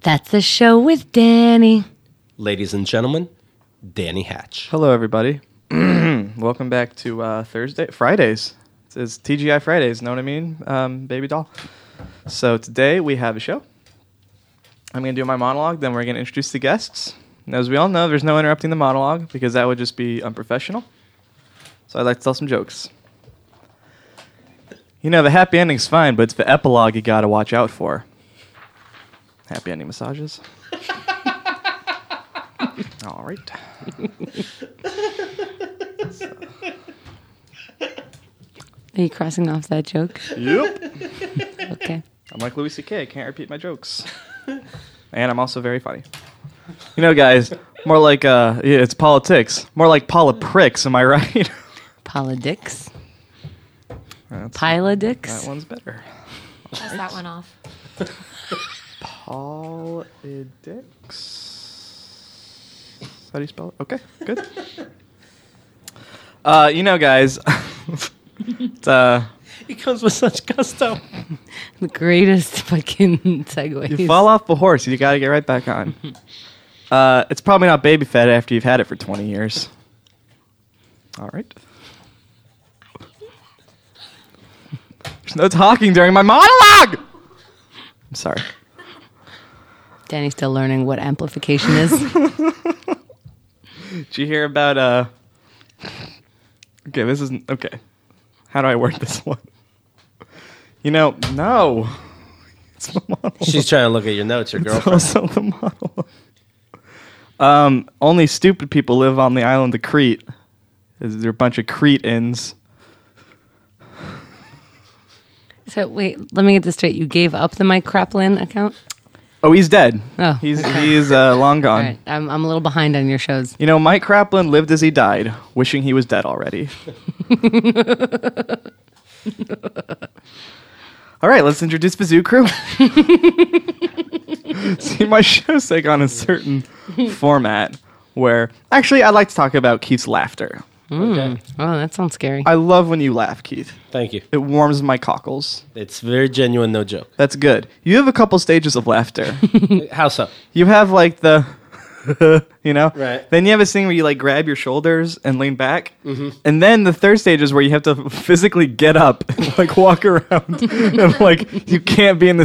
That's the show with Danny. Ladies and gentlemen, Danny Hatch. Hello, everybody. Welcome back to uh, Thursday, Fridays. It's TGI Fridays. Know what I mean, um, baby doll? So today we have a show. I'm gonna do my monologue. Then we're gonna introduce the guests. And as we all know, there's no interrupting the monologue because that would just be unprofessional. So I'd like to tell some jokes. You know, the happy ending's fine, but it's the epilogue you gotta watch out for. Happy ending massages. all right. Are you crossing off that joke? Yep. Okay. I'm like Louis C.K. I can't repeat my jokes, and I'm also very funny. You know, guys, more like uh, yeah, it's politics, more like polipricks. Am I right? Politics. That's- that Pilodix. one's better. Pass that one off. Politics. How do you spell it? Okay, good. Uh, you know, guys, it's, uh, He comes with such gusto. The greatest fucking segue. you fall off the horse, you got to get right back on. Uh, it's probably not baby fed after you've had it for 20 years. All right. There's no talking during my monologue. I'm sorry. Danny's still learning what amplification is. Did you hear about uh? Okay, this isn't okay. How do I word this one? You know, no. It's the monologue. She's trying to look at your notes, your It's girlfriend. also the monologue. Um, only stupid people live on the island of Crete. Is there a bunch of Cretans? so wait, let me get this straight. You gave up the Mike Kraplin account? Oh, he's dead. Oh, he's he's uh, long All gone. right. I'm, I'm a little behind on your shows. You know, Mike Kraplin lived as he died, wishing he was dead already. All right, let's introduce the zoo crew. See, my show's take on a certain format where actually I like to talk about Keith's laughter. Okay. Oh, that sounds scary. I love when you laugh, Keith. Thank you. It warms my cockles. It's very genuine, no joke. That's good. You have a couple stages of laughter. How so? you have like the you know Right. then you have a scene where you like grab your shoulders and lean back and then the third stage is where you have to physically get up and like walk around and like you can't be in the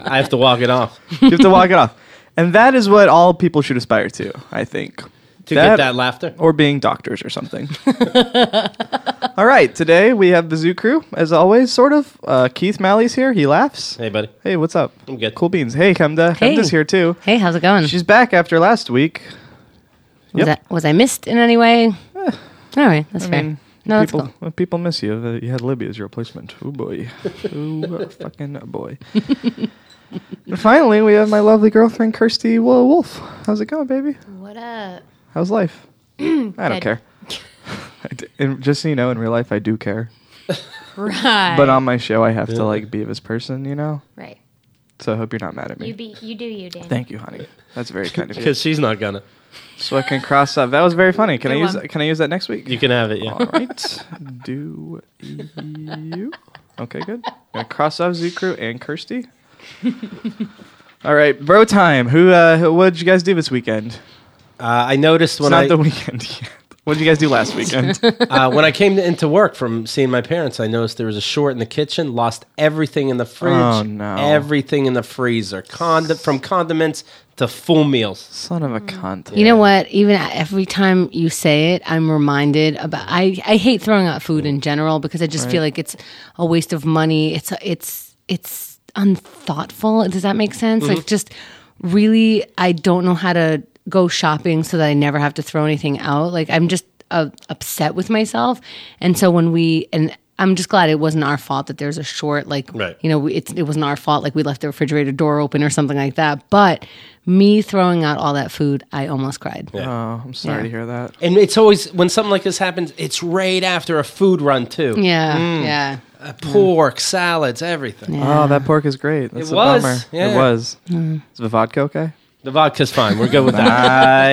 I have to walk it off you have to walk it off and that is what all people should aspire to i think to That- get that laughter. or being doctors or something all right today we have the zoo crew as always sort of uh, keith malley's here he laughs Hey, buddy. hey what's up I'm good. cool beans hey Kemda. Hey. Kemda's here too Hey, how's it going? She's back after last week. was, yep. Eh. I, was I missed in any way? All right, that's fair. mean, no, that's people, cool. when people miss you. that You had Libby as your replacement. Oh boy. Oh fucking boy. and finally, we have my lovely girlfriend Kirsty Wo- Wolf. How's it going, baby? What up? How's life? I don't Good. care. I d- and just so you know, in real life, I do care. Right. But on my show, I have to like be this person, you know. right. So I hope you're not mad at me. You be. You do you, Danny. Thank you, honey. That's very kind of you. Because she's not gonna. So I can cross up. That was very funny. Can I Good use? one. Can I use that next week? You can have it, yeah. All right. Do you? Okay, good. Gonna cross off Z Crew and Kirsty. All right, bro. Time. Who? Uh, who- what did you guys do this weekend? Uh, I noticed It's when not I the weekend yet. What did you guys do last weekend? uh, when I came into work from seeing my parents, I noticed there was a short in the kitchen. Lost everything in the fridge. Oh, no. Everything in the freezer. Condi- from condiments to full meals. Son of a cunt. You know what? Even every time you say it, I'm reminded about. I, I hate throwing out food in general because I just feel like it's a waste of money. It's it's it's unthoughtful. Does that make sense? Like just really, I don't know how to go shopping so that I never have to throw anything out. Like I'm just uh, upset with myself, and so when we and. I'm just glad it wasn't our fault that there's a short, like, Right. you know, we- it's, it wasn't our fault. Like, we left the refrigerator door open or something like that. But me throwing out all that food, I almost cried. Oh, I'm sorry to hear that. And it's always when something like this happens, it's right after a food run too. Yeah, yeah. Uh, pork, salads, everything. Oh, that pork is great. That's It a was, bummer. It yeah. was. Mm. Is the vodka okay? The vodka's fine. We're good with that.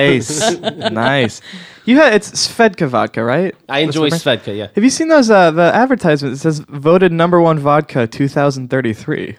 Nice, nice. You had it's Svedka vodka, right? I That's the enjoy brand? Svedka, yeah. Have you seen those uh, the advertisement that says voted number one vodka 2033? Wait,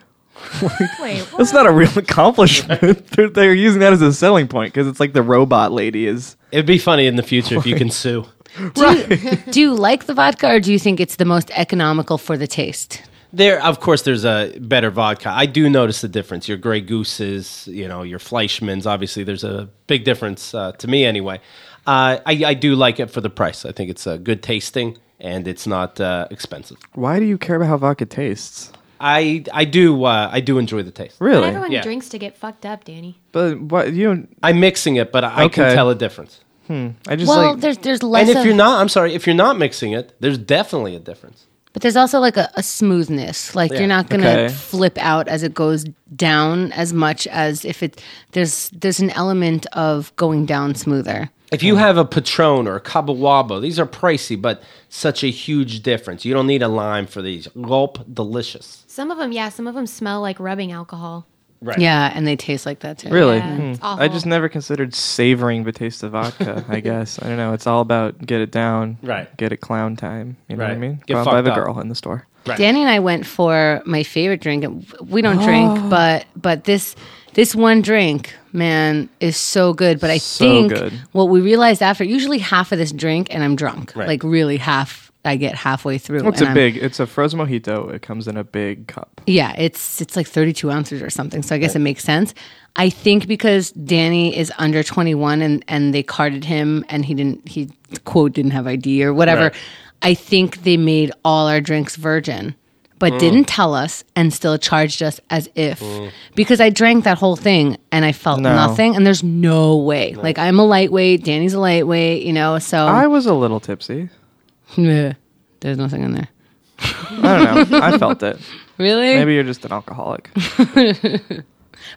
That's what? not a real accomplishment. they're, they're using that as a selling point because it's like the robot lady is. It'd be funny in the future if you can sue. Do, you, do you like the vodka or do you think it's the most economical for the taste? There, of course, there's a better vodka. I do notice the difference. Your Grey Gooses, you know, your Fleischmann's. Obviously, there's a big difference uh, to me, anyway. Uh, I, I do like it for the price. I think it's uh, good tasting and it's not uh, expensive. Why do you care about how vodka tastes? I I do uh, I do enjoy the taste. But Really? everyone Yeah. drinks to get fucked up, Danny. But what you? don't- I'm mixing it, but I, I Okay. can tell a difference. I just Well, like. there's there's less. and if of- you're not, I'm sorry, if you're not mixing it, there's definitely a difference. But there's also like a, a smoothness. Like Yeah. you're not gonna Okay. flip out as it goes down as much as if it there's there's an element of going down smoother. If you have a Patron or a Cabo Wabo, these are pricey, but such a huge difference. You don't need a lime for these. Gulp, delicious. Some of them, yeah, some of them smell like rubbing alcohol. Right. Yeah, and they taste like that too. Really? Yeah, Hmm. it's I just awful. never considered savoring the taste of vodka, I guess. I don't know. It's all about get it down. Right. Get it clown time. You know what I Right. mean? Get Go out by fucked the up. girl in the store. Danny and I went for my favorite drink. We don't Oh. drink, but but this this one drink, man, is so good. But I So think good. what we realized after usually half of this drink and I'm drunk. Right. Like really half I get halfway through. It's and a I'm- big, it's a frozen mojito. It comes in a big cup. Yeah, it's it's like 32 ounces or something. So I guess it makes sense. I think because Danny is under 21 and and they carded him and he didn't he quote didn't have ID or whatever. Right. I think they made all our drinks virgin, but didn't tell us and still charged us as if because I drank that whole thing and I felt No. nothing and there's no way. Like I'm a lightweight, Danny's a lightweight, you know. So I was a little tipsy. there's nothing in there. I don't know. I felt it. Really? Maybe you're just an alcoholic.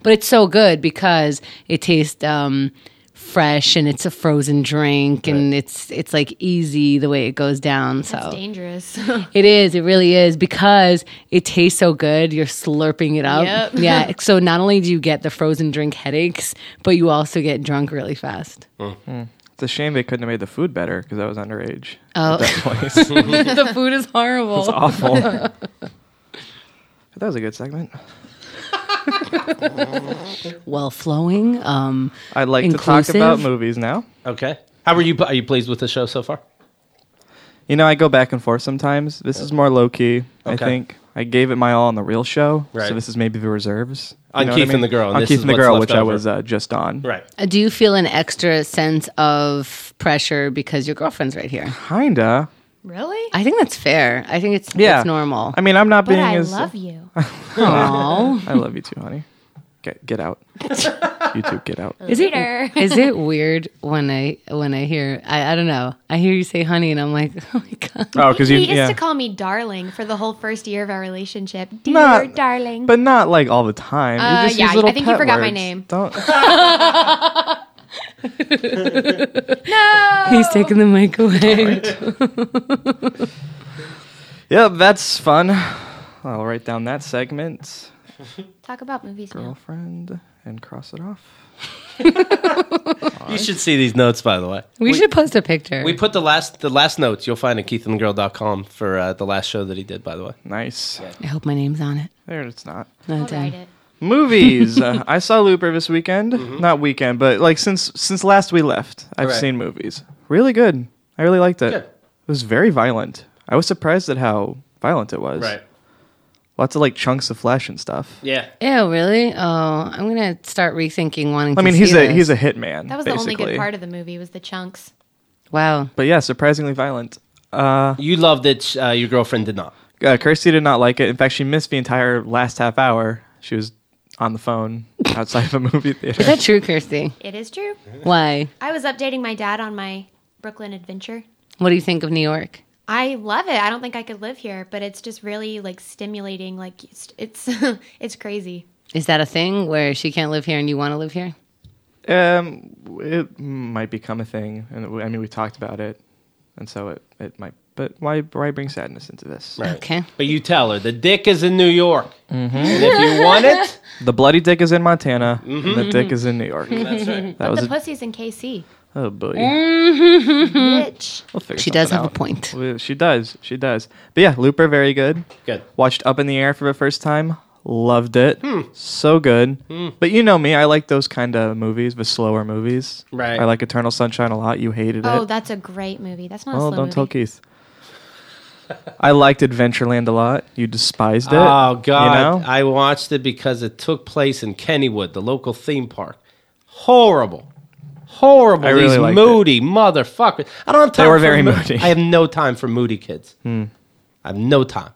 But it's so good because it tastes um, fresh and it's a frozen drink and it's it's like easy the way it goes down. It's So dangerous. it is, it really is because it tastes so good. You're slurping it up. Yep. Yeah. So not only do you get the frozen drink headaches, but you also get drunk really fast. Oh. It's a shame they couldn't have made the food better because I was underage. Oh, the food is horrible. Awful. that was a good segment. Well flowing. Um, I'd like Inclusive. to talk about movies now. Okay. How are you? Are you pleased with the show so far? You know, I go back and forth sometimes. This is more low key. I Okay. think I gave it my all on the real show, Right. so this is maybe the reserves. You On know what Keith and the Girl, and on this Keith is and the what's Girl, left which I over. was uh, just on. Right. do you feel an extra sense of pressure because your girlfriend's right here? kinda. really? I think that's fair. I think it's Yeah, it's normal. I mean, I'm not But being I as love you. uh, Aw. I love you too, honey. Get get out. you two, get out. Is it Later. is it weird when I when I hear I, I don't know I hear you say honey and I'm like oh my god Oh, because you he used yeah, to call me darling for the whole first year of our relationship. Dear Not- darling. but not like all the time. You Uh, just yeah, use little I think you pet forgot my words. name. Don't. he's taking the mic away yep, that's fun. I'll write down that segment, Talk about movies now. girlfriend, and cross it off. You should see these notes, by the way. we, should post a picture We put the last the last notes. You'll find at keithandthegirl.com for uh, the last show that he did. By the way, Nice. I hope my name's on it There it's not. No, I'll it's on. write it. movies Uh, i saw looper this weekend not weekend but like since since last we left i've Mm-hmm. Right. seen movies really good i really liked it Good. it was very violent i was surprised at how violent it was lots of like chunks of flesh and stuff Yeah. Ew, really oh I'm gonna start rethinking wanting i mean to he's see a this. he's a hitman That was basically. the only good part of the movie was the chunks. wow but yeah surprisingly violent uh, You loved it. Uh, your girlfriend did not. uh kirsty did not like it in fact she missed the entire last half hour she was on the phone outside of a movie is theater that true Kirsty It is true. why I was updating my dad on my Brooklyn adventure. what do you think of New York I love it. I don't think I could live here, but it's just really like stimulating. Like it's it's, it's crazy. is that a thing where she can't live here and you want to live here Um, it might become a thing, and we- I mean we talked about it, and so it it might. But why why bring sadness into this? okay But you tell her the dick is in New York, and if you want it, The bloody dick is in Montana, and the dick is in New York. That's right. That was The a, pussy's in KC. oh boy. Bitch. We'll figure she does something have a out. point We- She does. She does. But yeah, Looper very good. good. Watched Up in the Air for the first time. Loved it. Hmm. So good. But you know me, I like those kind of movies, the slower movies. Right. I like Eternal Sunshine a lot. You hated Oh, it. that's a great movie. That's not a oh, slow don't tell movie. Keith. I liked Adventureland a lot. You despised it. Oh God! You know? I watched it because it took place in Kennywood, the local theme park. Horrible, horrible. I really These liked moody motherfuckers. I don't have time. were for very mo- moody. Hmm. I have no time for moody kids. I have no time.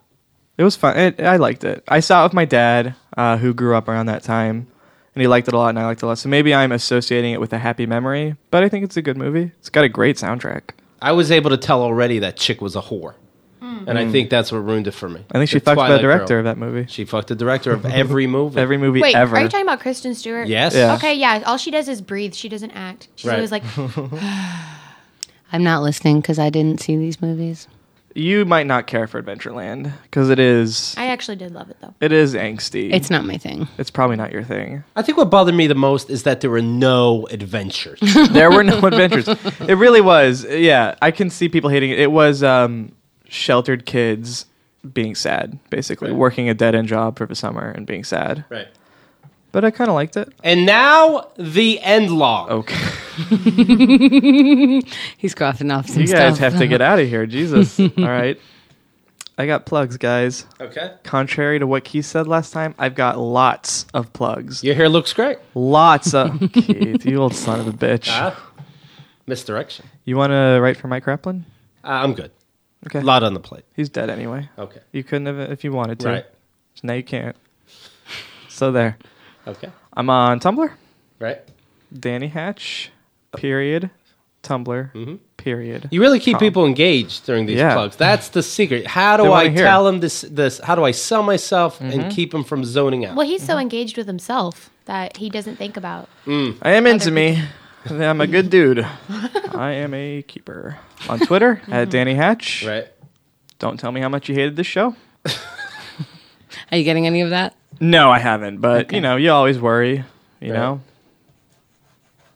It was fun. It, I liked it. I saw it with my dad, uh, who grew up around that time, and he liked it a lot, and I liked it a lot. So maybe I'm associating it with a happy memory, but I think it's a good movie. It's got a great soundtrack. I was able to tell already that chick was a whore, Hmm. and I think that's what ruined it for me. I think she The fucked the Twilight Girl. director of that movie. She fucked the director of every movie. Every movie Wait, ever. are you talking about Kristen Stewart? Yes. Yeah. Okay, yeah. All she does is breathe. She doesn't act. She's Right. always like, I'm not listening because I didn't see these movies. you might not care for Adventureland because it is I actually did love it though. it is angsty. It's not my thing. it's probably not your thing. I think what bothered me the most is that there were no adventures. there were no adventures. It really was. Yeah, I can see people hating it. It was um, sheltered kids being sad, basically Right. working a dead end job for the summer and being sad. right. But I kind of liked it. And now the end log. Okay, He's coughing off some you guys stuff. have to get out of here, Jesus. All right, I got plugs, guys. Okay. Contrary to what Keith said last time, I've got lots of plugs. Your hair looks great. Lots of Keith, you old son of a bitch. Ah, misdirection. You want to write for Mike Raplin? Uh, I'm good. Okay, A lot on the plate. he's dead anyway. Okay. You couldn't have if you wanted to. Right. So now you can't. So there. Okay. I'm on Tumblr. Right. Danny Hatch. Period. Tumblr. Mm-hmm. Period. You really keep Com. people engaged during these Yeah. plugs. That's the secret. How do They I wanna hear. tell them this? This? How do I sell myself and keep them from zoning out? Well, he's Mm-hmm. so engaged with himself that he doesn't think about. I am into me. I'm a good dude. I am a keeper. On Twitter at Danny Hatch. Right. Don't tell me how much you hated this show. Are you getting any of that? No, I haven't. But you know, you always worry. You Right. know.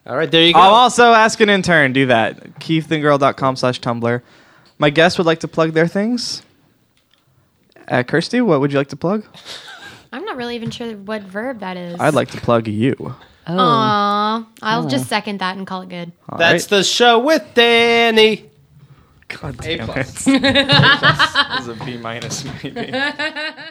All right. There you go. I'll also ask an intern. Do that. KeithandGirl.com slash Tumblr. My guests would like to plug their things. Uh, Kirsty, what would you like to plug? I'm not really even sure what verb that is. I'd like to plug you. Oh, Aw, I'll just second that and call it good. All That's right. the show with Danny. God A damn plus. it. This is a B minus maybe.